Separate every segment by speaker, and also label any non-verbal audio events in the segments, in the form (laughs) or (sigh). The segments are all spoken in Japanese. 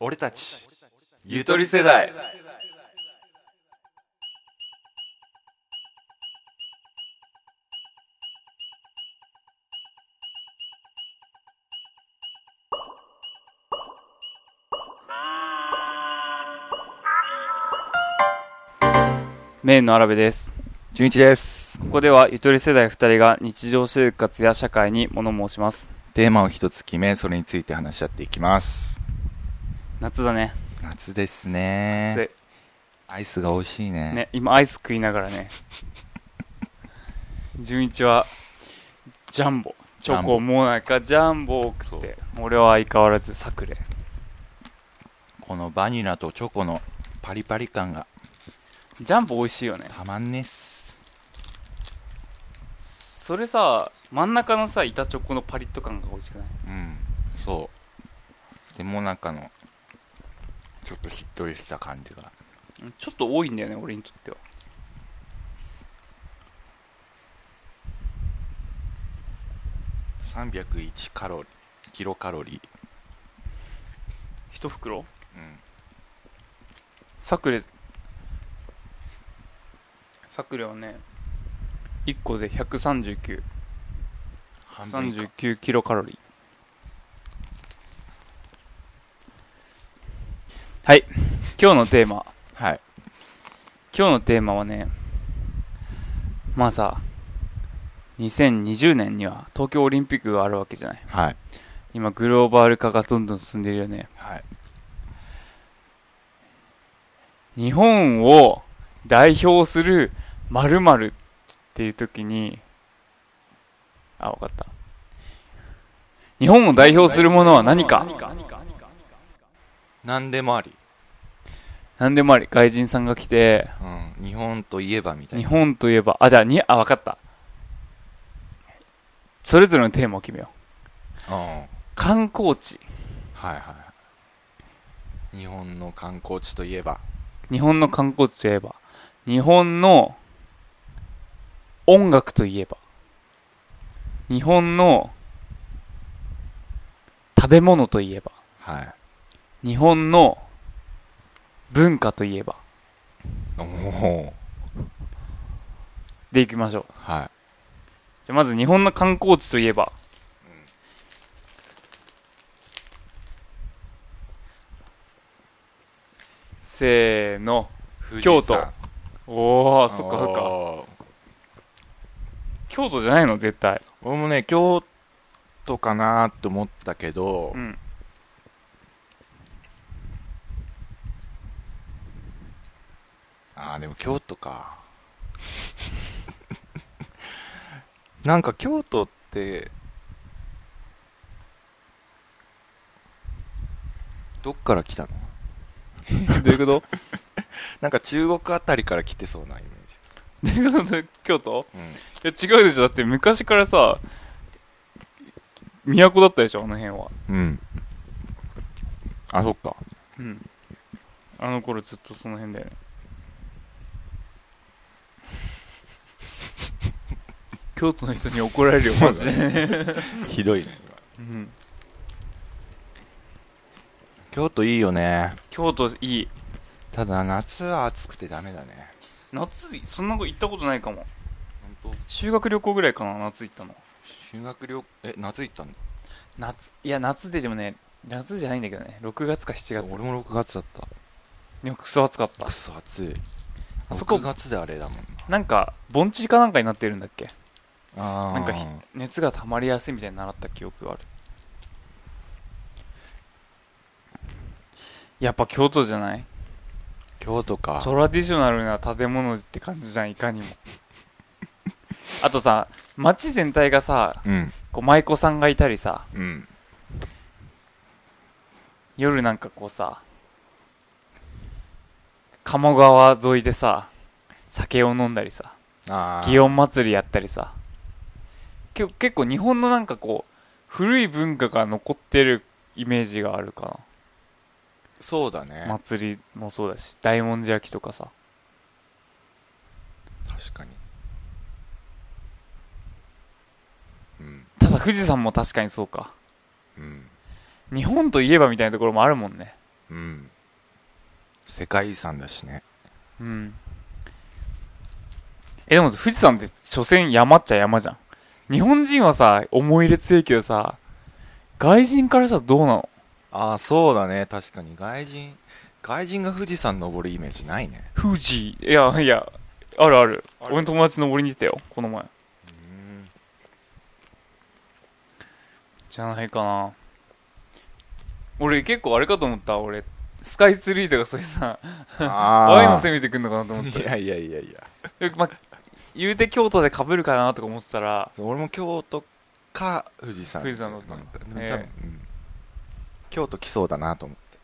Speaker 1: 俺たち
Speaker 2: ゆとり世代
Speaker 3: メインのアラベです
Speaker 4: 純一です
Speaker 3: ここではゆとり世代2人が日常生活や社会に物申します
Speaker 4: テーマを一つ決めそれについて話し合っていきます
Speaker 3: 夏だね
Speaker 4: 夏ですね
Speaker 3: 暑い
Speaker 4: アイスが美味しいね
Speaker 3: ね今アイス食いながら (laughs) ね純一はジャンボチョコモナカジャンボを食って俺は相変わらずサクレ
Speaker 4: このバニラとチョコのパリパリ感が
Speaker 3: ジャンボ美味しいよね
Speaker 4: たまんねっす
Speaker 3: それさ真ん中のさ板チョコのパリッと感が美味しくない
Speaker 4: うんそうでも中のちょっとしっとりした感じが
Speaker 3: ちょっと多いんだよね俺にとっては
Speaker 4: 301カロリーキロカロリ
Speaker 3: 一袋
Speaker 4: ーうん
Speaker 3: サクレサクレはね1個で13939
Speaker 4: 半分以下
Speaker 3: キロカロリーはい今日のテーマ
Speaker 4: はい
Speaker 3: 今日のテーマはねまあさ2020年には東京オリンピックがあるわけじゃない
Speaker 4: はい
Speaker 3: 今グローバル化がどんどん進んでるよね
Speaker 4: はい
Speaker 3: 日本を代表する〇〇っていう時に、あ、わかった。日本を代表するものは何か
Speaker 4: 何でもあり、
Speaker 3: 何でもあり、外人さんが来て、
Speaker 4: うん、日本といえばみたい
Speaker 3: 日
Speaker 4: な
Speaker 3: 本といえば、あ、じゃあ、に、あ、わかった。それぞれのテーマを決めよう。
Speaker 4: うん
Speaker 3: 観光地。
Speaker 4: はいはいはい日本の観光地といえば
Speaker 3: 日本の観光地といえば、日本の音楽といえば、日本の食べ物といえば、
Speaker 4: はい
Speaker 3: 日本の文化といえば、
Speaker 4: おお
Speaker 3: でいきましょう。
Speaker 4: は
Speaker 3: じゃあまず日本の観光地といえば、せーの。
Speaker 4: い
Speaker 3: 京都お
Speaker 4: あ
Speaker 3: ー、そっかそっか。京都じゃないの絶対。
Speaker 4: 俺もね京都かなと思ったけど、
Speaker 3: うん。 (laughs)
Speaker 4: ああでも京都か (laughs) なんか京都ってどっから来たの
Speaker 3: (laughs) どういうこと
Speaker 4: (laughs) なんか中国あたりから来てそうなイメージ
Speaker 3: どういうこと京都
Speaker 4: うん
Speaker 3: いや違うでしょ。だって昔からさ、都だったでしょ、あの辺は。
Speaker 4: うん。あ、そっか。
Speaker 3: うん。あの頃ずっとその辺だよね。 (laughs) 京都の人に怒られるよ、マジで。
Speaker 4: ひどいね。
Speaker 3: (laughs) うん。
Speaker 4: 京都いいよね。
Speaker 3: 京都いい。
Speaker 4: ただ夏は暑くてダメだね。
Speaker 3: 夏、そんなこと行ったことないかも。
Speaker 4: 本当
Speaker 3: 修学旅行ぐらいかな、夏行ったの。
Speaker 4: 修学旅行、え、夏行ったんだ。
Speaker 3: 夏、いや、夏ででもね、夏じゃないんだけどね、6月か7
Speaker 4: そう
Speaker 3: 月。
Speaker 4: 俺も6月だった。
Speaker 3: でもクソ暑かった
Speaker 4: く。そ暑い。
Speaker 3: あそこ
Speaker 4: 6月であれだもんな。
Speaker 3: なんか、盆地かなんかになってるんだっけ
Speaker 4: あ
Speaker 3: なんかひ熱が溜まりやすいみたいに習った記憶があるやっぱ京都じゃない
Speaker 4: 京都か。
Speaker 3: トラディショナルな建物って感じじゃんいかにも (laughs) あとさ街全体がさ
Speaker 4: うん。
Speaker 3: こう舞妓さんがいたりさ
Speaker 4: うん。
Speaker 3: 夜なんかこうさ鴨川沿いでさ酒を飲んだりさ
Speaker 4: あー
Speaker 3: 祇園祭りやったりさけ結構日本のなんかこう古い文化が残ってるイメージがあるか
Speaker 4: そうだ
Speaker 3: な
Speaker 4: ね。
Speaker 3: 祭りもそうだし大文字焼きとかさ
Speaker 4: 確かに。うん。
Speaker 3: ただ富士山も確かにそうか
Speaker 4: うん。
Speaker 3: 日本といえばみたいなところもあるもんね
Speaker 4: うん世界遺産だしね
Speaker 3: うん。え、でも富士山って所詮山っちゃ山じゃん。日本人はさ、思い入れ強いけどさ、外人からしたらどうなの
Speaker 4: ああそうだね確かに外人外人が富士山登るイメージないね
Speaker 3: 富士。いや、いや、あるある。
Speaker 4: ある
Speaker 3: 俺の友達登りに行ってたよ、この前。
Speaker 4: うん
Speaker 3: じゃないかな。俺結構あれかと思った、俺。スカイツリーとかそういうさ、
Speaker 4: あ
Speaker 3: ああいうの
Speaker 4: ー
Speaker 3: 攻めてくんのかなと思
Speaker 4: (laughs)
Speaker 3: っ
Speaker 4: い
Speaker 3: て。
Speaker 4: やいやいやいや
Speaker 3: でま言うて京都で被るかなとか思ってたら、
Speaker 4: 俺も京都か富士山
Speaker 3: 富士山だったんだ
Speaker 4: うん
Speaker 3: ね
Speaker 4: 多分うん京都来そうだなと思って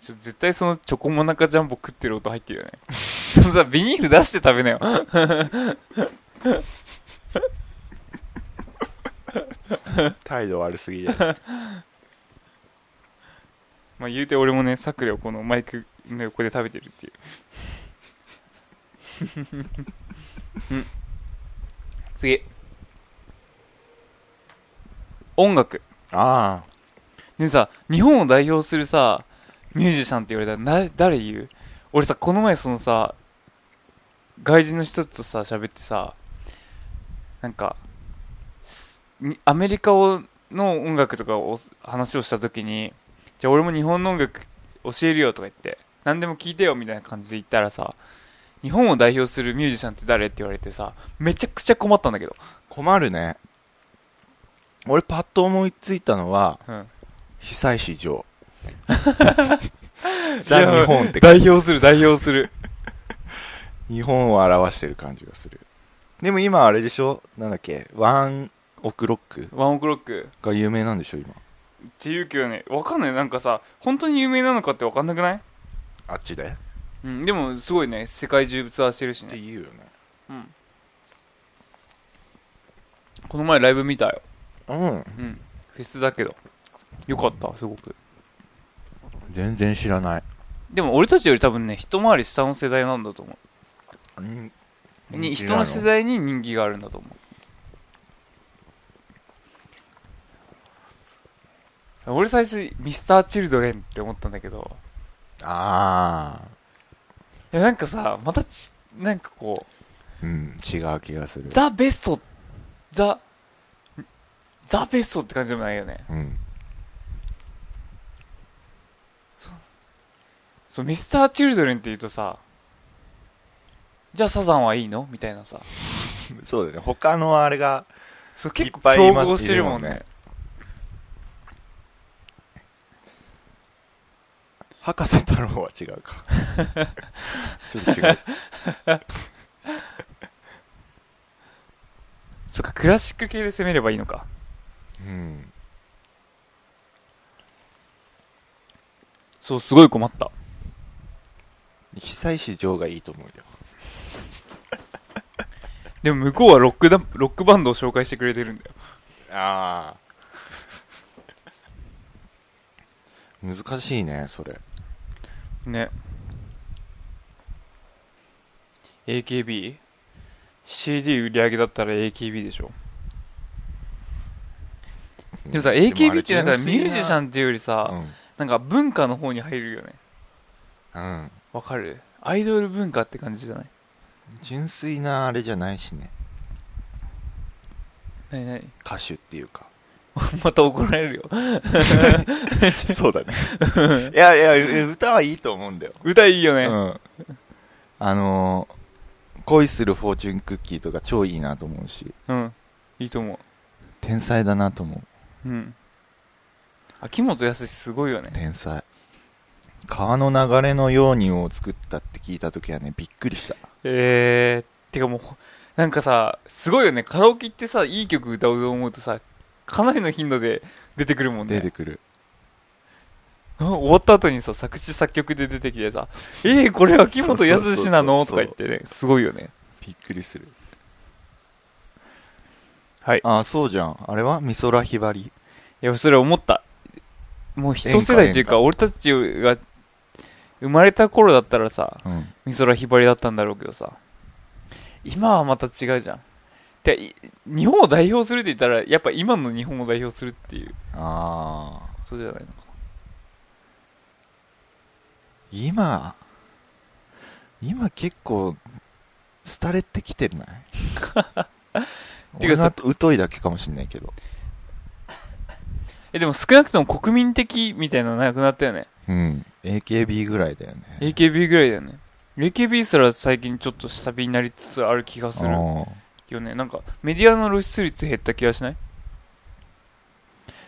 Speaker 3: ちょ絶対そのチョコモナカジャンボ食ってる音入ってるよね。そのさ、ビニール出して食べなよ。
Speaker 4: 態度悪すぎだよ
Speaker 3: まあ言うて俺もね、サクレをこのマイクの横で食べてるっていう。うん次。音楽。
Speaker 4: (laughs) ああ
Speaker 3: でさ、日本を代表するさ、ミュージシャンって言われたらな、誰言う俺さ、この前そのさ、外人の人とさ、喋ってさ、なんか、すにアメリカをの音楽とかを話をした時に、じゃあ俺も日本の音楽教えるよとか言って、何でも聞いてよみたいな感じで言ったらさ、日本を代表するミュージシャンって誰って言われてさ、めちゃくちゃ困ったんだけど。
Speaker 4: 困るね俺パッと思いついたのは
Speaker 3: うん。
Speaker 4: 久石
Speaker 3: (laughs)
Speaker 4: 譲ザ・日本って
Speaker 3: 代表する、代表する。
Speaker 4: 日本を表してる感じがするでも今あれでしょなんだっけワンオクロック
Speaker 3: ワンオクロック。
Speaker 4: が有名なんでしょ今
Speaker 3: っていうけどねわかんないなんかさ本当に有名なのかってわかんなくない、
Speaker 4: あっちでっ
Speaker 3: うん、でもすごいね世界中ツアーしてるしてね、
Speaker 4: 言うよね
Speaker 3: うん、この前ライブ見たよ、
Speaker 4: うん
Speaker 3: うん、フェスだけどよかったすごく
Speaker 4: 全然知らない
Speaker 3: でも俺たちより多分ね一回り下の世代なんだと思
Speaker 4: うん
Speaker 3: うに人の世代に人気があるんだと思う俺最初ミスターチルドレンって思ったんだけど
Speaker 4: ああ
Speaker 3: いやなんかさまたちなんかこう
Speaker 4: うん違う気がする
Speaker 3: ザ・ベスト、ザ、ザ・ベストって感じでもないよね。
Speaker 4: うん
Speaker 3: そう、ミスター・チルドレンって言うとさ、じゃあサザンはいいのみたいなさ、
Speaker 4: そうだね他のあれが
Speaker 3: そう結
Speaker 4: い
Speaker 3: 構
Speaker 4: っぱいい
Speaker 3: 競
Speaker 4: ます
Speaker 3: 合してるもん
Speaker 4: いるもん
Speaker 3: ね
Speaker 4: ね。博士太郎は違う (laughs) かちょっと違う
Speaker 3: そっか、クラシック系で攻めればいいのか。
Speaker 4: うん
Speaker 3: そう、すごい困った。
Speaker 4: 久石譲がいいと思うよ
Speaker 3: でも向こうはロックだ、ロックバンドを紹介してくれてるんだよ。
Speaker 4: ああ難しいねそれ
Speaker 3: ね。AKB?CD 売り上げだったら AKB でしょ。でもさ、AKB ってなんかミュージシャ
Speaker 4: ン
Speaker 3: ンっていうよりさ、なんか文化の方に入るよね。
Speaker 4: うん、うん、
Speaker 3: わかるアイドル文化って感じじゃない
Speaker 4: 純粋なあれじゃないしね
Speaker 3: なになに
Speaker 4: 歌手っていう
Speaker 3: (laughs)
Speaker 4: か
Speaker 3: また怒られるよ。
Speaker 4: そうだね
Speaker 3: (laughs)
Speaker 4: いやいや歌はいいと思うんだよ、
Speaker 3: 歌いいよ
Speaker 4: う
Speaker 3: ね。
Speaker 4: ん、あのー恋するフォーチュンクッキー」とか超いいなと思うし
Speaker 3: うん。いいと思
Speaker 4: 天才だなと思う
Speaker 3: う。うん。秋元康すごいよね。
Speaker 4: 天才川の流れのようにを作ったって聞いた時はねびっくりした
Speaker 3: えー、てかもうほ、なんかさ、すごいよね。カラオケ行ってさ、いい曲歌おうと思うとさ、かなりの頻度で出てくるもんね。
Speaker 4: 出てくる、
Speaker 3: うん終わった後にさ、作詞作曲で出てきてさ、えー、これ秋元康なのと
Speaker 4: そうそうそうそう
Speaker 3: か言ってね、すごいよね。
Speaker 4: びっくりする
Speaker 3: はい。
Speaker 4: ああそうじゃんあれは美空ひばり
Speaker 3: いや、それ思った。もう一世代というか、
Speaker 4: 演歌
Speaker 3: 俺たちが生まれた頃だったらさ、
Speaker 4: うん
Speaker 3: 美空ひばりだったんだろうけどさ、今はまた違うじゃん。てかい日本を代表するって言ったら、やっぱ今の日本を代表するっていう
Speaker 4: ああ
Speaker 3: ことじゃないのか
Speaker 4: 今今結構廃れてき (laughs) てない
Speaker 3: てか
Speaker 4: 俺
Speaker 3: さ
Speaker 4: が疎いだけかもしんないけど
Speaker 3: えでも少なくとも国民的みたいなのなくなったよね
Speaker 4: うん、AKB ぐらいだよね。
Speaker 3: AKB ぐらいだよね AKB すら最近ちょっと下火になりつつある気がする
Speaker 4: あー
Speaker 3: よねなんかメディアの露出率減った気がしない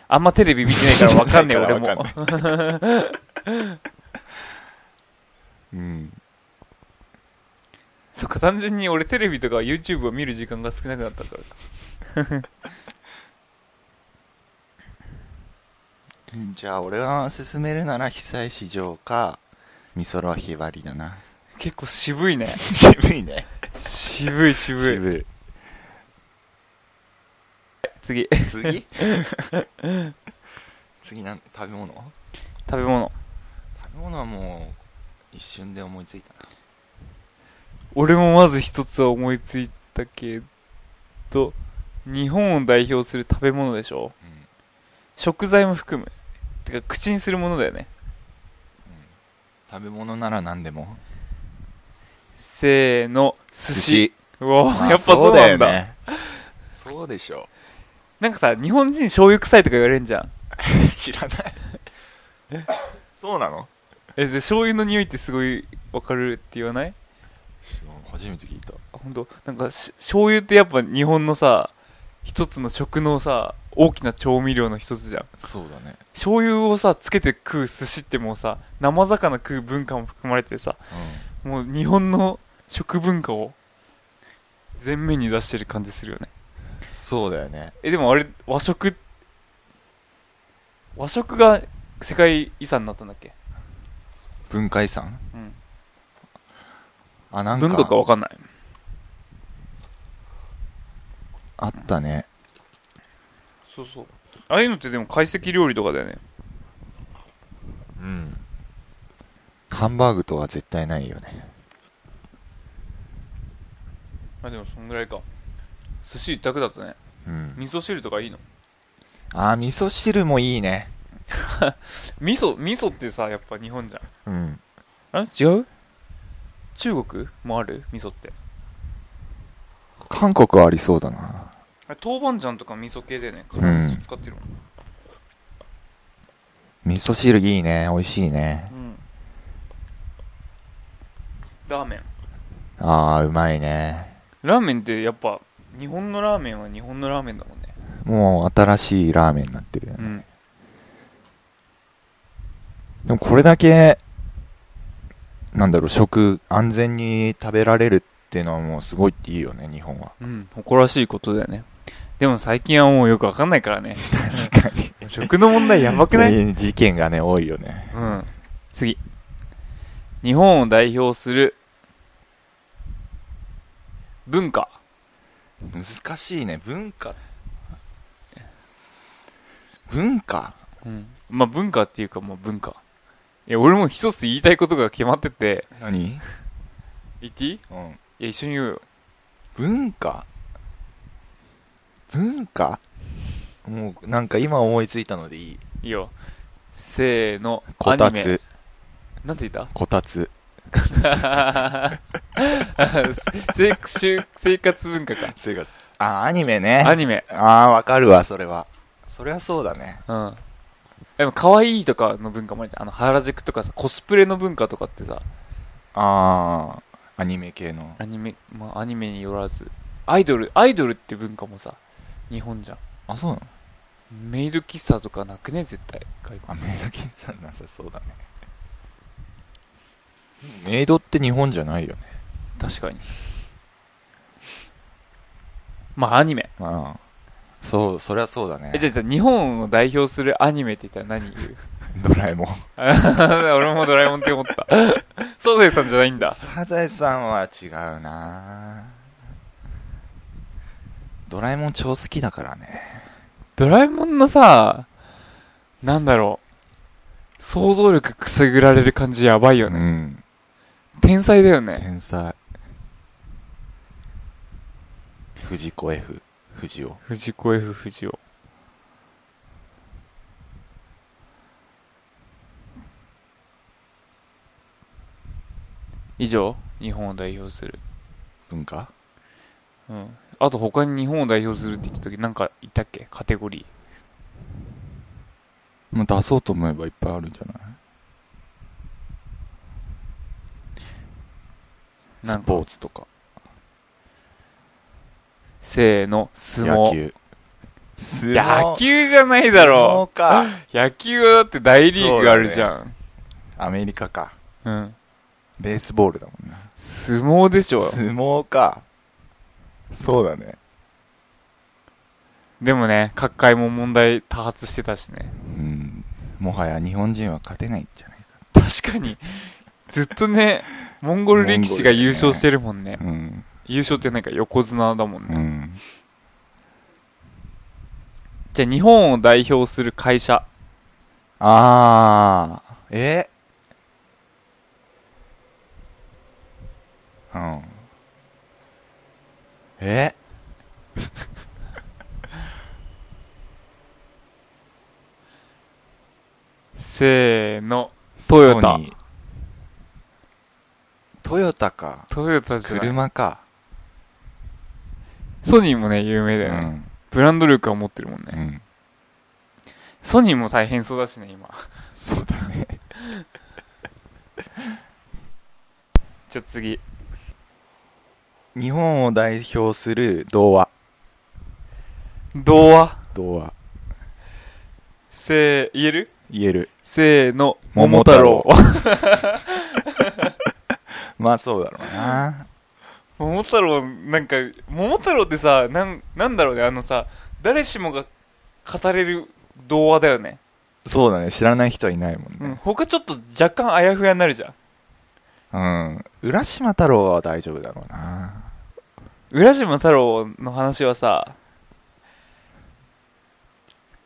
Speaker 3: あんまテレビ見てないからわかん (laughs) ねえ
Speaker 4: 見て
Speaker 3: 俺
Speaker 4: ないから
Speaker 3: も
Speaker 4: わうん。
Speaker 3: そっか単純に俺テレビとか YouTube を見る時間が少なくなったからか
Speaker 4: じゃあ、俺が勧めるなら、久石譲か、美空ひばりだな。
Speaker 3: 結構渋いね
Speaker 4: 渋いね。
Speaker 3: 渋い渋い
Speaker 4: 渋
Speaker 3: 次
Speaker 4: い。 (laughs) 次次なん、食べ物
Speaker 3: 食べ物
Speaker 4: 食べ物はもう、一瞬で思いついたな。
Speaker 3: 俺もまず一つは思いついたけど日本を代表する食べ物でしょ
Speaker 4: うん。
Speaker 3: 食材も含むてか口にするものだよね
Speaker 4: 食べ物なら何でも。
Speaker 3: せーの寿司うわ、
Speaker 4: まあ
Speaker 3: やっぱそうなんだ
Speaker 4: ね。そうでしょ。
Speaker 3: なんかさ日本人醤油臭いとか言われるんじゃん
Speaker 4: (laughs) 知らない。そうなの
Speaker 3: えで醤油の匂いってすごいわかるって言わない
Speaker 4: 初めて聞いた。
Speaker 3: あ本当なんかし醤油ってやっぱ日本のさ一つの食のさ大きな調味料の一つじゃん
Speaker 4: そうだね。
Speaker 3: 醤油をさつけて食う寿司ってもうさ生魚食う文化も含まれてさ
Speaker 4: うん。
Speaker 3: もう日本の食文化を前面に出してる感じするよね
Speaker 4: そうだよね
Speaker 3: えでもあれ和食和食が世界遺産になったんだっけ、
Speaker 4: 文化遺産
Speaker 3: うん、
Speaker 4: あなんか
Speaker 3: 文化かわかんない
Speaker 4: あったね
Speaker 3: そうそうああいうのってでも懐石料理とかだよね
Speaker 4: うんハンバーグとは絶対ないよね
Speaker 3: あでもそんぐらいか寿司一択だったね
Speaker 4: うん
Speaker 3: 味噌汁とかいいの
Speaker 4: あー味噌汁もいいね
Speaker 3: 味噌味噌ってさやっぱ日本じゃ
Speaker 4: う
Speaker 3: ん
Speaker 4: ん
Speaker 3: あ違う中国もある味噌って
Speaker 4: 韓国はありそうだな
Speaker 3: あ豆板醤とか味噌系だよね
Speaker 4: うん
Speaker 3: 辛味噌使ってるもん、
Speaker 4: 味噌汁いいね美味しいね
Speaker 3: うんラーメン
Speaker 4: ああうまいね
Speaker 3: ラーメンってやっぱ日本のラーメンは日本のラーメンだもんね
Speaker 4: もう新しいラーメンになってるよね、
Speaker 3: ん
Speaker 4: でもこれだけなんだろう食安全に食べられるっていうのはもうすごいっていいよね日本は
Speaker 3: うん誇らしいことだよねでも最近はもうよくわかんないから (laughs) ね
Speaker 4: 確かに
Speaker 3: 食の問題やばくない、
Speaker 4: 事件がね多いよね
Speaker 3: うん次日本を代表する文化
Speaker 4: 難しいね文化文化
Speaker 3: うんまあ文化っていうかもう文化いや俺も一つ言いたいことが決まってて
Speaker 4: 何、
Speaker 3: 言っていいい
Speaker 4: うん、
Speaker 3: や一緒に言おうよ
Speaker 4: 文化文化もうなんか今思いついたのでいい
Speaker 3: いいよせーの
Speaker 4: こ
Speaker 3: ア
Speaker 4: た
Speaker 3: ニメ
Speaker 4: つ
Speaker 3: なんて言った (laughs)
Speaker 4: こたつ
Speaker 3: 生活生活文化か。
Speaker 4: 生活あアニメね
Speaker 3: アニメ。
Speaker 4: ああわかるわそれはそりゃそうだね
Speaker 3: うん。でも、可愛いとかの文化もあるじゃん。あの、原宿とかさ、コスプレの文化とかってさ、
Speaker 4: ああアニメ系の
Speaker 3: アニメ、まあ、アニメによらず、アイドル、アイドルって文化もさ、日本じゃん。
Speaker 4: あそうなの
Speaker 3: メイド喫茶とかなくね絶対。外
Speaker 4: あメイド検査なさそうだねメイドって日本じゃないよね
Speaker 3: 国。確かに。まあ、アニメ。
Speaker 4: ああそうそりゃそうだね
Speaker 3: え、じゃあじゃあ日本を代表するアニメって言ったら何 (laughs) 言う
Speaker 4: ドラえもん
Speaker 3: 俺もドラえもんって思った。サザエさんじゃないんだ。
Speaker 4: サザエさんは違うなドラえもん超好きだからね
Speaker 3: ドラえもんのさ、なんだろう、想像力くすぐられる感じやばいよ
Speaker 4: う
Speaker 3: ね。
Speaker 4: ん
Speaker 3: 天才だよね。
Speaker 4: 天才藤子 F 藤尾
Speaker 3: 藤子 F 不二雄。以上日本を代表する
Speaker 4: 文化
Speaker 3: うんあと他に日本を代表するって言った時なんかいたっけカテゴリー
Speaker 4: まあ出そうと思えばいっぱいあるんじゃない
Speaker 3: な
Speaker 4: ス
Speaker 3: んか
Speaker 4: ポーツとか
Speaker 3: せーの相撲
Speaker 4: 野球相
Speaker 3: 野球じゃないだろ
Speaker 4: うか
Speaker 3: 野球はだって大リーグあるじゃん
Speaker 4: アメリカか
Speaker 3: う,、ん
Speaker 4: ベースボールだもんな
Speaker 3: 相撲でしょ
Speaker 4: 相撲かそうだね
Speaker 3: でもね各界も問題多発してたしね
Speaker 4: うんもはや日本人は勝てないんじゃないか
Speaker 3: 確かにずっとねモンゴル力士が優勝してるもんね
Speaker 4: うん
Speaker 3: 優勝ってなんか横綱だもんね、
Speaker 4: うん
Speaker 3: じゃあ日本を代表する会社
Speaker 4: ああえうんえ
Speaker 3: せーのトヨタ
Speaker 4: ソニートヨタか
Speaker 3: トヨタじゃない
Speaker 4: 車か、
Speaker 3: ソニーもね有名
Speaker 4: う
Speaker 3: だよね、
Speaker 4: ん
Speaker 3: ブランド力は持ってるもんね、
Speaker 4: うん、
Speaker 3: ソニーも大変そうだしね今
Speaker 4: そうだね
Speaker 3: じゃあ次
Speaker 4: 日本を代表する童話
Speaker 3: 童話
Speaker 4: 童話
Speaker 3: せー言える
Speaker 4: 言える
Speaker 3: せーの
Speaker 4: 桃
Speaker 3: 桃
Speaker 4: 太
Speaker 3: 太
Speaker 4: 郎 (laughs)
Speaker 3: 郎
Speaker 4: まあそうだろうな
Speaker 3: 桃太郎なんか桃太郎ってさなんなんだろうねあのさ誰しもが語れる童話だよね、
Speaker 4: そうだね知らない人はいないもん
Speaker 3: うん、
Speaker 4: ね
Speaker 3: 他ちょっと若干あやふやになるじゃん
Speaker 4: うん、浦島太郎は大丈夫だろうな
Speaker 3: 浦島太郎の話はさ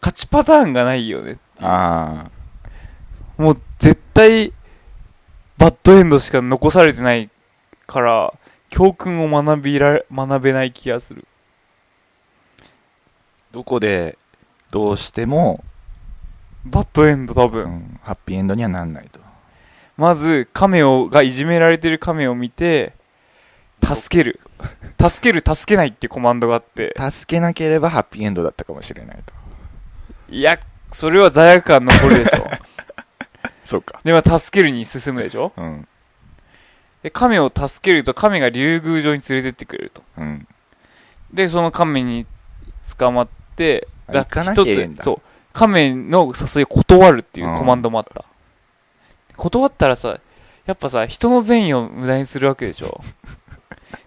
Speaker 3: 勝ちパターンがないよねっていう
Speaker 4: ああ
Speaker 3: もう絶対バッドエンドしか残されてないから教訓を学びら学べない気がする
Speaker 4: どこでどうしても、
Speaker 3: バッドエンド多
Speaker 4: う
Speaker 3: 分、
Speaker 4: ん、ハッピーエンドにはなんないと
Speaker 3: まず亀をがいじめられてる亀を見て助ける助ける助けないってコマンドがあって
Speaker 4: 助けなければハッピーエンドだったかもしれないと
Speaker 3: いやそれは罪悪感残るでしょ
Speaker 4: そうか
Speaker 3: では助けるに進むでしょ
Speaker 4: うん
Speaker 3: で亀を助けると亀が竜宮城に連れてってくれると
Speaker 4: うん
Speaker 3: でその亀に捕まって
Speaker 4: あ
Speaker 3: だ
Speaker 4: 行かなきゃいけんだ
Speaker 3: 一つそう亀の誘いを断るっていうコマンドもあった、断ったらさやっぱさ人の善意を無駄にするわけでし
Speaker 4: (laughs)
Speaker 3: ょ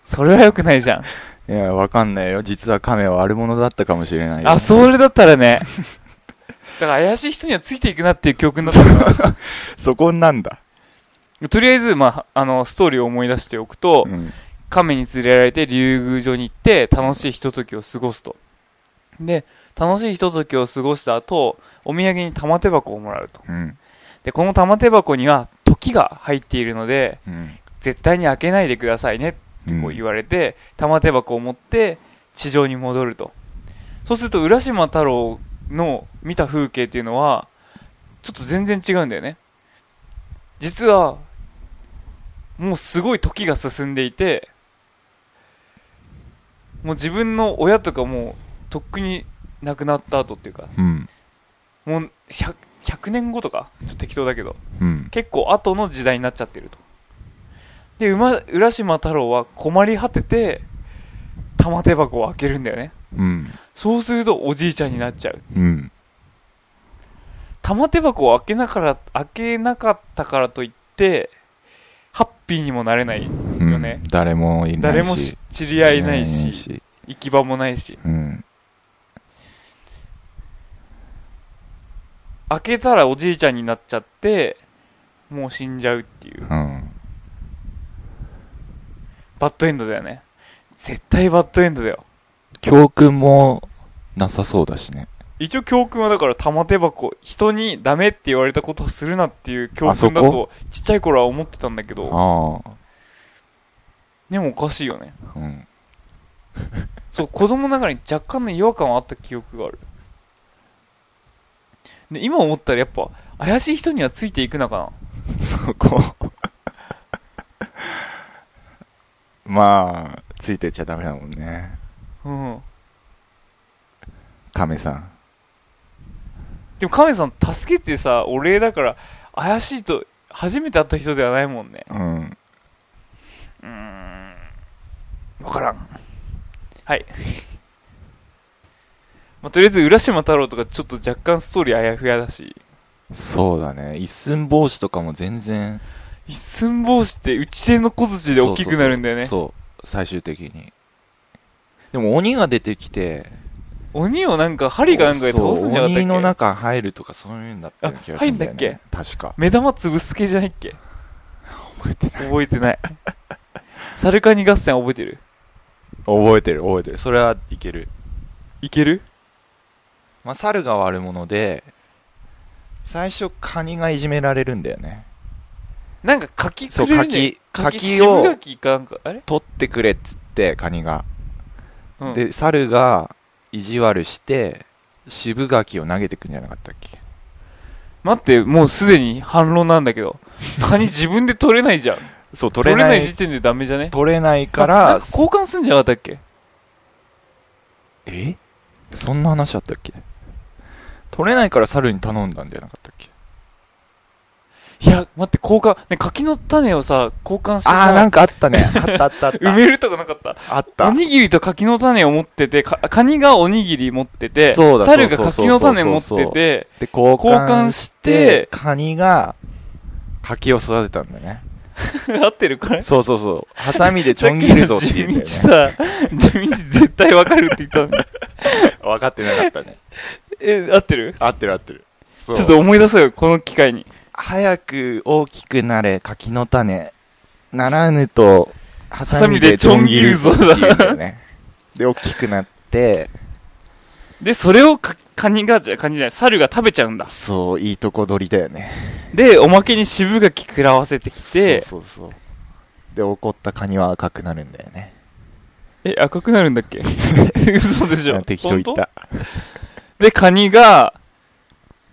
Speaker 3: それは良くないじゃん
Speaker 4: いやわかんないよ実は亀は悪者だったかもしれないよ
Speaker 3: あ、それだったらね。だから怪しい人にはついていくなっていう教訓だったか
Speaker 4: (laughs) そこなんだ
Speaker 3: ら。とりあえず、まあ、あの、ストーリーを思い出しておくと、
Speaker 4: うん
Speaker 3: 亀に連れられて竜宮城に行って、楽しいひとときを過ごすと。で、楽しいひとときを過ごした後、お土産に玉手箱をもらうと。
Speaker 4: うん
Speaker 3: で、この玉手箱には、時が入っているので、
Speaker 4: うん
Speaker 3: 絶対に開けないでくださいねこう言われて、玉手箱を持って地上に戻るとそうすると浦島太郎の見た風景っていうのはちょっと全然違うんだよね実はもうすごい時が進んでいてもう自分の親とかもうとっくに亡くなった後っていうか
Speaker 4: うん
Speaker 3: もう 100, 100年後とかちょっと適当だけど
Speaker 4: うん
Speaker 3: 結構後の時代になっちゃってるとで馬浦島太郎は困り果てて玉手箱を開けるんだよね
Speaker 4: うん
Speaker 3: そうするとおじいちゃんになっちゃう
Speaker 4: うん
Speaker 3: 玉手箱を開けなから開けなかったからといってハッピーにもなれないよ
Speaker 4: うん
Speaker 3: ね、
Speaker 4: 誰もいないし
Speaker 3: 誰もし知り合いない
Speaker 4: 知り合
Speaker 3: し行き場もないし
Speaker 4: うん
Speaker 3: 開けたらおじいちゃんになっちゃってもう死んじゃうっていう
Speaker 4: うん
Speaker 3: バッドエンドだよね絶対バッドエンドだよ
Speaker 4: 教訓もなさそうだしね
Speaker 3: 一応教訓はだから玉手箱人にダメって言われたことをするなっていう教
Speaker 4: あそ
Speaker 3: 訓だ
Speaker 4: こと
Speaker 3: ちっちゃい頃は思ってたんだけど
Speaker 4: ああ
Speaker 3: でもおかしいよね
Speaker 4: うん (laughs)
Speaker 3: そう子供ながらに若干の違和感はあった記憶があるで今思ったらやっぱ怪しい人にはついていくのかな
Speaker 4: そこまあ、ついてっちゃダメだもんね。
Speaker 3: うん。
Speaker 4: 亀さん。
Speaker 3: でも亀さん助けてさ、お礼だから、怪しいと、初めて会った人ではないもんね。
Speaker 4: うん。
Speaker 3: うーん。わからん。はい。まあ、とりあえず、浦島太郎とかちょっと若干ストーリーあやふやだし、
Speaker 4: そうだね。一寸法師とかも全然。
Speaker 3: 一寸法師って内手の小槌で大きくなるんだよ
Speaker 4: そ
Speaker 3: ね。
Speaker 4: うそうそうそう最終的に。でも鬼が出てきて、
Speaker 3: 鬼をなんか、針かなんかで倒すんじゃ
Speaker 4: そう
Speaker 3: なか
Speaker 4: 鬼の
Speaker 3: った
Speaker 4: 中
Speaker 3: っけ
Speaker 4: 入るとかそういうんだったような気がするんだよ、ね。
Speaker 3: あ入ん
Speaker 4: 確か。
Speaker 3: 目玉潰す系じゃないっけ
Speaker 4: 覚えてない。
Speaker 3: 覚えて (laughs) ない。サルカニ合戦覚えてる
Speaker 4: 覚えてる、覚えてる。それはいける。
Speaker 3: いける
Speaker 4: まあ、猿が悪者で、最初カニがいじめられるんだよね。
Speaker 3: なんか柿
Speaker 4: そ
Speaker 3: く
Speaker 4: う
Speaker 3: れるね。
Speaker 4: 柿柿
Speaker 3: 渋
Speaker 4: を
Speaker 3: 柿かなんか、あれ、
Speaker 4: 取ってくれっつって、カニが。
Speaker 3: うん、
Speaker 4: で、猿が意地悪して、渋柿を投げてくんじゃなかったっけ
Speaker 3: 待って、もうすでに反論なんだ (laughs) けど。カニ自分で取れないじゃん。
Speaker 4: そう、取
Speaker 3: 取れ
Speaker 4: れ
Speaker 3: ない
Speaker 4: ない、取れない
Speaker 3: 時点でダメじゃね
Speaker 4: か
Speaker 3: なん
Speaker 4: ら
Speaker 3: か、交換すんじゃなかったっけ
Speaker 4: えそんな話あったっけ取れないから猿に頼んだんじゃなかったっけ
Speaker 3: いや、待って、交換、ね、柿の種をさ、交換して
Speaker 4: ああ、
Speaker 3: さ、
Speaker 4: なんかあった (laughs) ね。あったあったあっ
Speaker 3: 埋
Speaker 4: た。
Speaker 3: めるとかなかった。
Speaker 4: あった
Speaker 3: お。にぎりと柿の種を持ってて、かカニがおにぎり持ってて、
Speaker 4: そうだ
Speaker 3: 猿が
Speaker 4: そうそう
Speaker 3: 柿
Speaker 4: そう
Speaker 3: の
Speaker 4: そう
Speaker 3: 種持ってて、
Speaker 4: で、交
Speaker 3: 交換
Speaker 4: 換し
Speaker 3: して
Speaker 4: て、、カニが、柿を育てたんだよね。
Speaker 3: (laughs) 合ってるから
Speaker 4: そうそうそう。ハサ (laughs) ミでちょん切るぞって言うんだよ
Speaker 3: さ
Speaker 4: ね。
Speaker 3: っきの地道さ、地道絶対わかるって言ったのに。
Speaker 4: 分かってなかったね。
Speaker 3: (laughs) え、合ってる
Speaker 4: 合ってる合ってる。
Speaker 3: ち
Speaker 4: そ
Speaker 3: ょ
Speaker 4: う
Speaker 3: っと思い出そうよ、この機会に。
Speaker 4: 早く大きくなれ、柿の種。ならぬと、ハ
Speaker 3: サ
Speaker 4: サ
Speaker 3: ミ
Speaker 4: ミ
Speaker 3: で
Speaker 4: で
Speaker 3: ち
Speaker 4: ち
Speaker 3: ょ
Speaker 4: ょ
Speaker 3: ん
Speaker 4: ん
Speaker 3: 切
Speaker 4: 切
Speaker 3: る
Speaker 4: る
Speaker 3: ぞ
Speaker 4: ぞ
Speaker 3: っ
Speaker 4: ってて
Speaker 3: 言
Speaker 4: 言う
Speaker 3: う
Speaker 4: んん
Speaker 3: だ
Speaker 4: だ
Speaker 3: よ
Speaker 4: よね。で、大きくなって、
Speaker 3: で、それをかカニが、じゃ、カニじゃない、猿が食べちゃうんだ。
Speaker 4: そう、いいとこ取りだよね。
Speaker 3: で、おまけに渋柿食らわせてきて、
Speaker 4: そうそうそう。で、怒ったカニは赤くなるんだよね。
Speaker 3: え、赤くなるんだっ
Speaker 4: (laughs)
Speaker 3: け嘘でしょ
Speaker 4: 適当言っ
Speaker 3: 本
Speaker 4: た。
Speaker 3: 当で、カニが、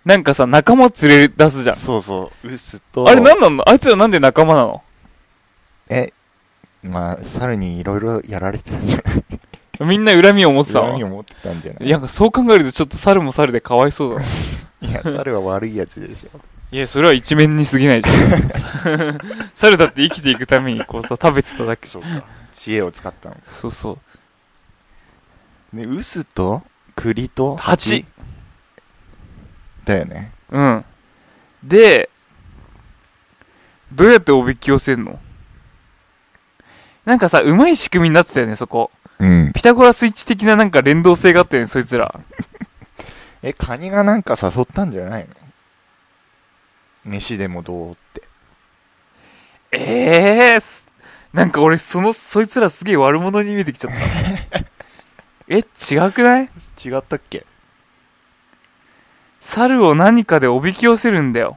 Speaker 3: なんかさ、仲間連れ出すじゃん。
Speaker 4: そうそう。うすと。
Speaker 3: あれなんなのあいつらなんで仲間なの
Speaker 4: え、まあ、猿にいろいろやられてたんじゃない
Speaker 3: みんな恨みを持ってた
Speaker 4: 恨み
Speaker 3: の
Speaker 4: を持ってたんじゃない
Speaker 3: いや、なんかそう考えるとちょっと猿も猿でかわい (laughs) そうだな。
Speaker 4: いや、猿は悪いやつでしょ。
Speaker 3: いや、 (laughs) それは一面に過ぎないじ (laughs) ゃん。猿だって生きていくためにこうさ、食べてただけじゃん。
Speaker 4: か。知恵を使ったの。
Speaker 3: そうそう。
Speaker 4: ね、うすと、栗と、
Speaker 3: 蜂
Speaker 4: だよね。
Speaker 3: うん。で、どうやっておびき寄せんのなんかさ、うまい仕組みになってたよね、そこ。
Speaker 4: うん。
Speaker 3: ピタゴラスイッチ的ななんか連動性があったよね、そいつら。
Speaker 4: え、カニがなんか誘ったんじゃないの飯でもどうって。
Speaker 3: ええーす、なんか俺、その、そいつらすげえ悪者に見えてきちゃった。 (laughs) え、違くない
Speaker 4: 違ったっけ
Speaker 3: 猿を何かでおびき寄せるんだよ。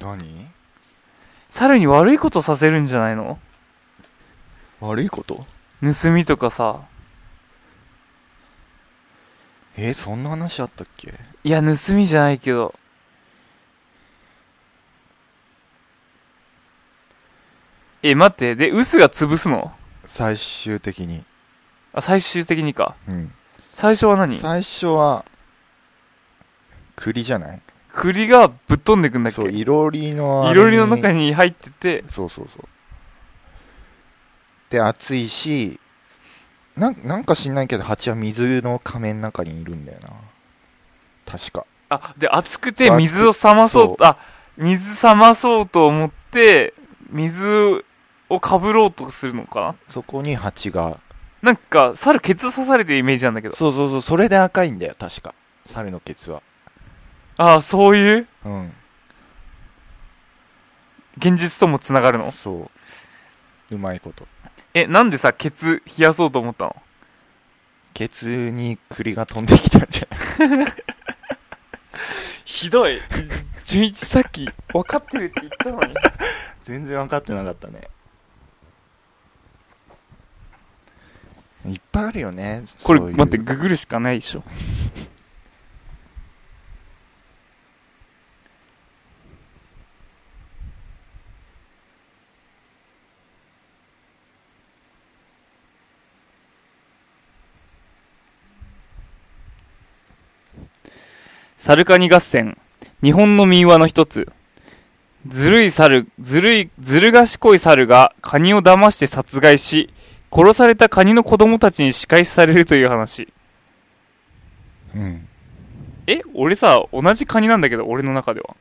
Speaker 4: 何
Speaker 3: 猿に悪いことさせるんじゃないの
Speaker 4: 悪いこと
Speaker 3: 盗みとかさ。
Speaker 4: え、そんな話あったっけ
Speaker 3: いや、盗みじゃないけど。え、待って。で、ウスが潰すの
Speaker 4: 最終的に。
Speaker 3: あ、最終的にか。
Speaker 4: うん。
Speaker 3: 最初は何
Speaker 4: 最初は、栗じゃない
Speaker 3: 栗がぶっ飛んでくんだっけ
Speaker 4: そう、
Speaker 3: い
Speaker 4: いろりのあれに。
Speaker 3: ろりの中に入ってて、
Speaker 4: そうそうそう。で、暑いし、なんなんか知んないけど、蜂は水の仮面の中にいるんだよな。確か。
Speaker 3: あ、で、熱くて
Speaker 4: そう
Speaker 3: 水を冷まそう
Speaker 4: そう
Speaker 3: あ、水冷まそうと思って、水をかぶろうとするのか
Speaker 4: そこに蜂が。
Speaker 3: ななんか、猿ケツ刺されてるイメージなんだけど。
Speaker 4: そうそうそう、それで赤いんだよ、確か。猿のケツは。
Speaker 3: あ、そういう
Speaker 4: うん。
Speaker 3: 現実ともつながるの
Speaker 4: そう。うまいこと。
Speaker 3: え、なんでさ、ケツ冷やそうと思ったの
Speaker 4: ケツに栗が飛んできたんじゃない
Speaker 3: ひどい。 (laughs) 純一さっき、分かってるって言ったのに。
Speaker 4: 全然分かってなかったね。いっぱいあるよね。
Speaker 3: これ、
Speaker 4: そういう
Speaker 3: 待って、ググるしかないでしょ。猿カニ合戦、日本の民話の一つ。ずるい猿、ずるい、ずる賢い猿がカニを騙して殺害し、殺されたカニの子供たちに仕返しされるという話。
Speaker 4: うん。
Speaker 3: え俺さ同じカニなんだけど俺の中では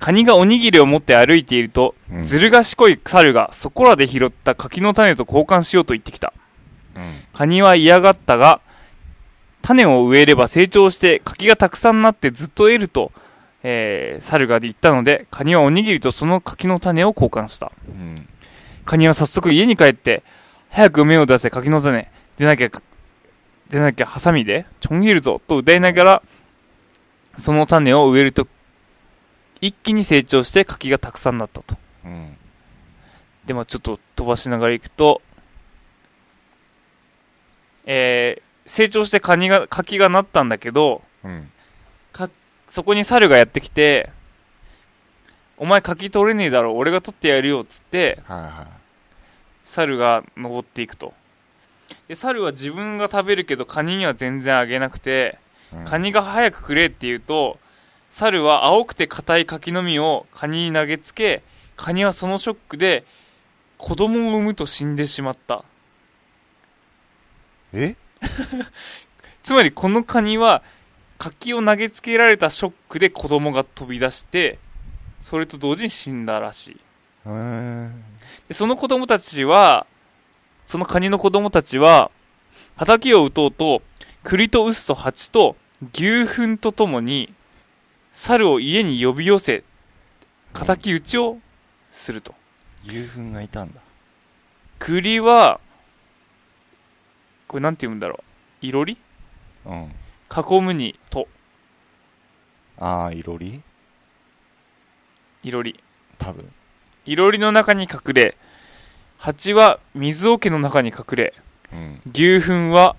Speaker 3: カニがおにぎりを持って歩いていると、
Speaker 4: うん
Speaker 3: ずる賢い猿がそこらで拾った柿の種と交換しようと言ってきた
Speaker 4: うん。
Speaker 3: カニは嫌がったが種を植えれば成長して柿がたくさんなってずっと得ると、えー猿が言ったのでカニはおにぎりとその柿の種を交換した
Speaker 4: うん。
Speaker 3: カニは早速家に帰って、早く芽を出せ柿の種、でなきゃ、でなきゃハサミで、ちょん切るぞ、と歌いながら、その種を植えると、一気に成長して柿がたくさんなったと。
Speaker 4: うん。
Speaker 3: で、まあちょっと飛ばしながら行くと、えー、成長してカニが、柿がなったんだけど、
Speaker 4: うん。
Speaker 3: そこに猿がやってきて、お前柿取れねえだろ、俺が取ってやるよ、つって、
Speaker 4: はいは
Speaker 3: 猿が登っていくとで猿は自分が食べるけどカニには全然あげなくて
Speaker 4: い。うん
Speaker 3: カ。ニが早くくれって言うと猿は青くて硬い柿の実をカニに投げつけカニはそのショックで子供を産むと死んでしまった
Speaker 4: え
Speaker 3: つまりこのカニは柿を投げつけられたショックで子供が飛び出してそれと同時に死んだらしいう
Speaker 4: ーん。
Speaker 3: でその子供たちはそのカニの子供たちは畑を打とうと栗と臼と蜂と牛糞とともに猿を家に呼び寄せ敵討ちをすると
Speaker 4: 牛糞がいたんだ。
Speaker 3: 栗はこれなんて言うんだろういろり
Speaker 4: うん。
Speaker 3: 囲むにと
Speaker 4: ああ、いろり
Speaker 3: いろり
Speaker 4: 多分。
Speaker 3: いろりの中に隠れ蜂は水桶の中に隠れ
Speaker 4: うん。
Speaker 3: 牛糞は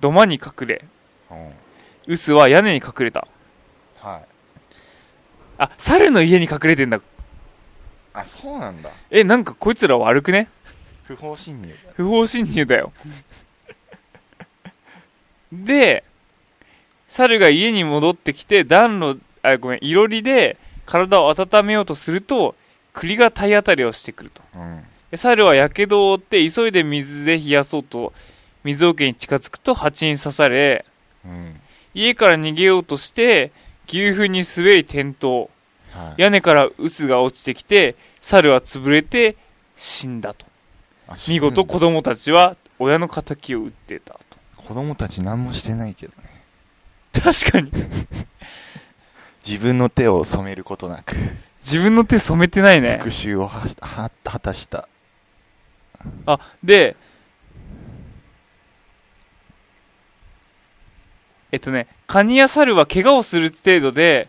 Speaker 3: 土間に隠れ
Speaker 4: うん。
Speaker 3: 臼は屋根に隠れた
Speaker 4: はい。
Speaker 3: あ、猿の家に隠れてんだ。
Speaker 4: あ、そうなんだ。
Speaker 3: え、なんかこいつら悪くね
Speaker 4: 不法侵入。
Speaker 3: 不法侵入だよ。 (laughs) で、猿が家に戻ってきて、暖炉、あ、ごめん、いろりで体を温めようとすると、栗が体当たりをしてくると。
Speaker 4: うん。
Speaker 3: で猿は火傷を負って、急いで水で冷やそうと、水桶に近づくと蜂に刺され、
Speaker 4: うん。
Speaker 3: 家から逃げようとして、牛糞に滑り転倒。
Speaker 4: はい。
Speaker 3: 屋根から臼が落ちてきて猿は潰れて死んだと
Speaker 4: あ
Speaker 3: 見事子供たちは親の敵を撃ってたと
Speaker 4: 子供たち何もしてないけどね。
Speaker 3: 確かに
Speaker 4: 自分の手を染めることなく、
Speaker 3: 自分の手染めてないね
Speaker 4: 復讐をはしは果たした。
Speaker 3: あでえっとねカニや猿は怪我をする程度で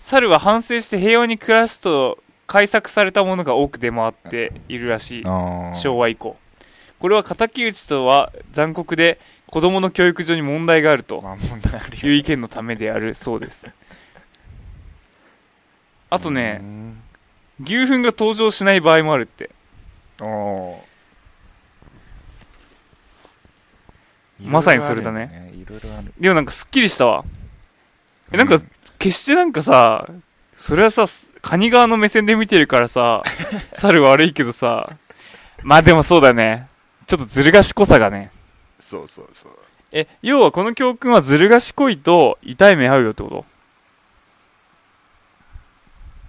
Speaker 3: 猿は反省して平和に暮らすと改作されたものが多く出回っているらしい
Speaker 4: あ
Speaker 3: 昭和以降これは敵討ちとは残酷で子供の教育上に問題があると
Speaker 4: まあ問題あるよ
Speaker 3: いう意見のためであるそうですあと
Speaker 4: う
Speaker 3: ね
Speaker 4: ん
Speaker 3: 牛糞が登場しない場合もあるって
Speaker 4: おー
Speaker 3: まさにそれだね
Speaker 4: いろいろあるね
Speaker 3: でもなんかすっきりしたわえなん
Speaker 4: う
Speaker 3: か決してなんかさそれはさカニ側の目線で見てるか
Speaker 4: (laughs)
Speaker 3: らさ猿悪いけどさまあでもそうだねちょっとずる賢さがね
Speaker 4: そうそうそう
Speaker 3: え要はこの教訓はずる賢いと痛い目合うよってこと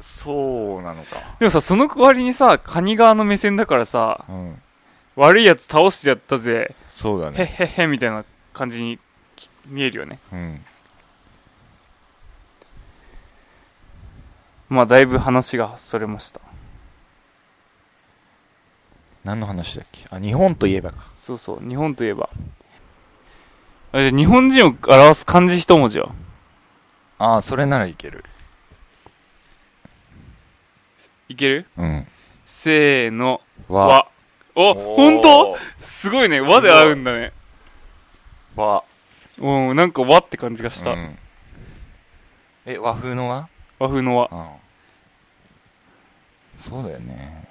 Speaker 4: そうなのか
Speaker 3: でもさ、その割にさ、カニ側の目線だからさ、
Speaker 4: うん
Speaker 3: 悪いやつ倒してやったぜ、
Speaker 4: そうだ
Speaker 3: へっ
Speaker 4: ね
Speaker 3: へっへみたいな感じにき見えるよね。
Speaker 4: うん
Speaker 3: まあ、だいぶ話がそれました。
Speaker 4: 何の話だっけあ日本といえばか
Speaker 3: そうそう、日本といえば。あじゃあ日本人を表す漢字一文字は
Speaker 4: ああそれならいける
Speaker 3: いける
Speaker 4: うん
Speaker 3: せーの、
Speaker 4: わ
Speaker 3: 和。お、ほんとすごいね、和で合うんだね。
Speaker 4: わ
Speaker 3: うん、なんか和って感じがした。
Speaker 4: うんえ和風の和
Speaker 3: 和風の和。
Speaker 4: あそうだよね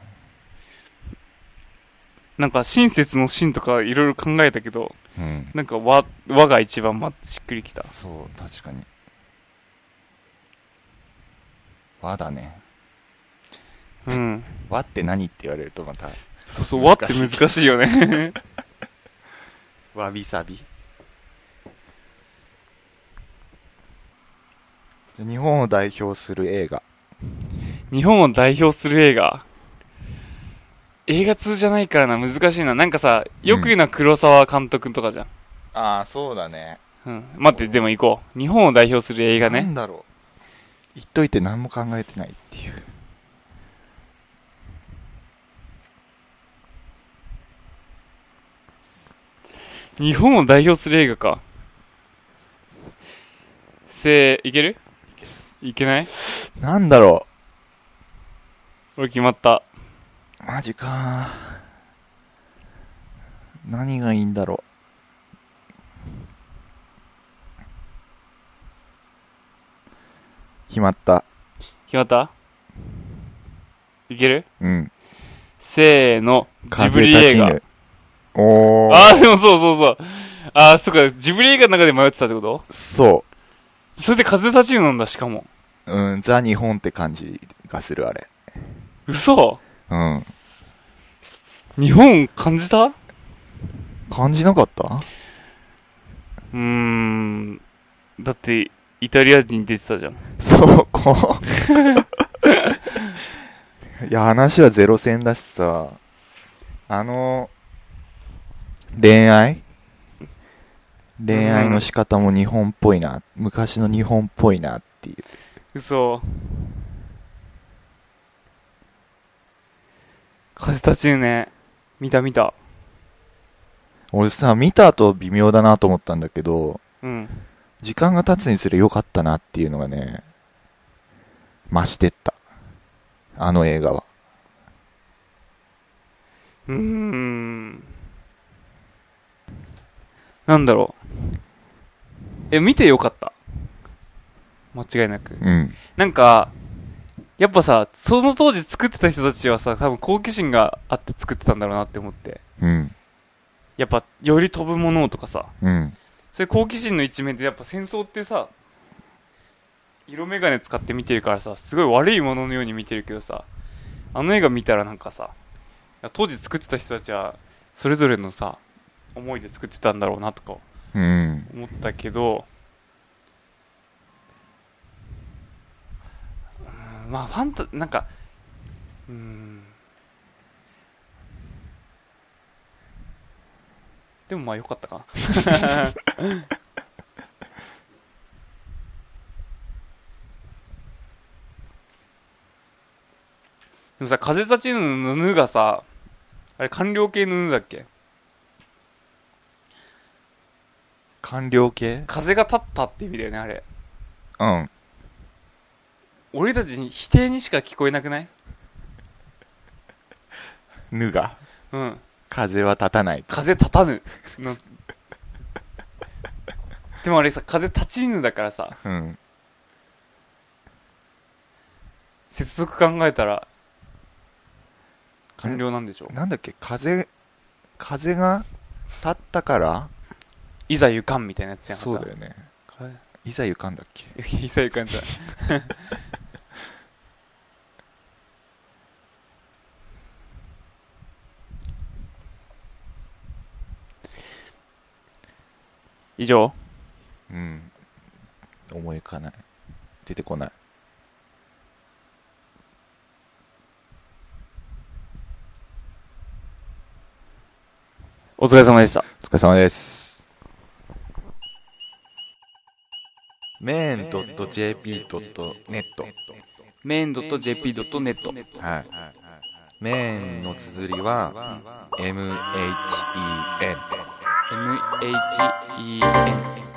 Speaker 3: なんか親切の心とかいろいろ考えたけど、
Speaker 4: うん、
Speaker 3: なんか和和が一番ましっくりきた
Speaker 4: そう確かに和だね
Speaker 3: うん
Speaker 4: 和って何って言われるとまた
Speaker 3: そうそう和って難しいよ
Speaker 4: (laughs)
Speaker 3: ね
Speaker 4: わびさび日本を代表する映画
Speaker 3: 日本を代表する映画映画通じゃないからな難しいななんかさよく言うのは黒沢監督とかじゃん、
Speaker 4: ああそうだね
Speaker 3: うん、待ってでも行こう日本を代表する映画
Speaker 4: な
Speaker 3: ね
Speaker 4: んだろう言っといて何も考えてないっていう
Speaker 3: 日本を代表する映画かせーいけるいけない
Speaker 4: なんだろ
Speaker 3: 俺決まった
Speaker 4: うマジか何がいいんだろう決まった
Speaker 3: 決まったいける
Speaker 4: うん
Speaker 3: せーのジブリ映画
Speaker 4: 風立ちぬおお
Speaker 3: ああでもそうそうそうああそっかジブリ映画の中で迷ってたってこと
Speaker 4: そう
Speaker 3: それで風立ちぬなんだしかも
Speaker 4: うん、ザ・日本って感じがする、あれ。
Speaker 3: 嘘
Speaker 4: うん。
Speaker 3: 日本感じたう
Speaker 4: 感じなかった
Speaker 3: ーんだってイタリア人出てたじゃん
Speaker 4: そう、こう。いや、話はゼロ戦だしさ、あの、恋愛恋愛の仕方も日本っぽいな、昔の日本っぽいなっていう。
Speaker 3: 嘘風立ちぬね見た見た
Speaker 4: 俺さ、見た後微妙だなと思ったんだけど、
Speaker 3: うん
Speaker 4: 時間が経つにつれ良かったなっていうのがね、増してった。あの映画は。
Speaker 3: うーんなんだろうえ見てよかった間違いなく
Speaker 4: うん。
Speaker 3: なんかやっぱさその当時作ってた人たちはさ多分好奇心があって作ってたんだろうなって思って
Speaker 4: うん。
Speaker 3: やっぱより飛ぶものをとかさ
Speaker 4: うん。
Speaker 3: それ好奇心の一面でやっぱ戦争ってさ色眼鏡使って見てるからさすごい悪いもののように見てるけどさあの映画見たらなんかさいや当時作ってた人たちはそれぞれのさ思いで作ってたんだろうなとか
Speaker 4: うん。
Speaker 3: 思ったけどうんまあファンタなんかうんでもまあ良かったかな (laughs) でもさ「風立ちぬのぬ」がさあれ官僚系のぬだっけ
Speaker 4: 官僚系
Speaker 3: 風が立ったって意味だよねあれ
Speaker 4: うん。
Speaker 3: 俺たちに否定にしか聞こえなくない
Speaker 4: ぬが。
Speaker 3: うん。
Speaker 4: 風は立たない。
Speaker 3: 風立たぬ。の (laughs) でもあれさ、風立ちぬだからさ、
Speaker 4: うん。
Speaker 3: 接続考えたら、完了なんでしょう。
Speaker 4: なんだっけ風、風が立ったから
Speaker 3: いざゆかんみたいなやつじゃん。
Speaker 4: そうだよね。いざ行かんだっけ
Speaker 3: いやいざゆかんじゃん。 (laughs) 以上
Speaker 4: うん。思い浮かない。出てこない。
Speaker 3: お疲れ様でした。
Speaker 4: お疲れ様です。メン .jp.net
Speaker 3: メイン .jp.net
Speaker 4: はい。メンの綴りは MHEN。
Speaker 3: M-H-E-N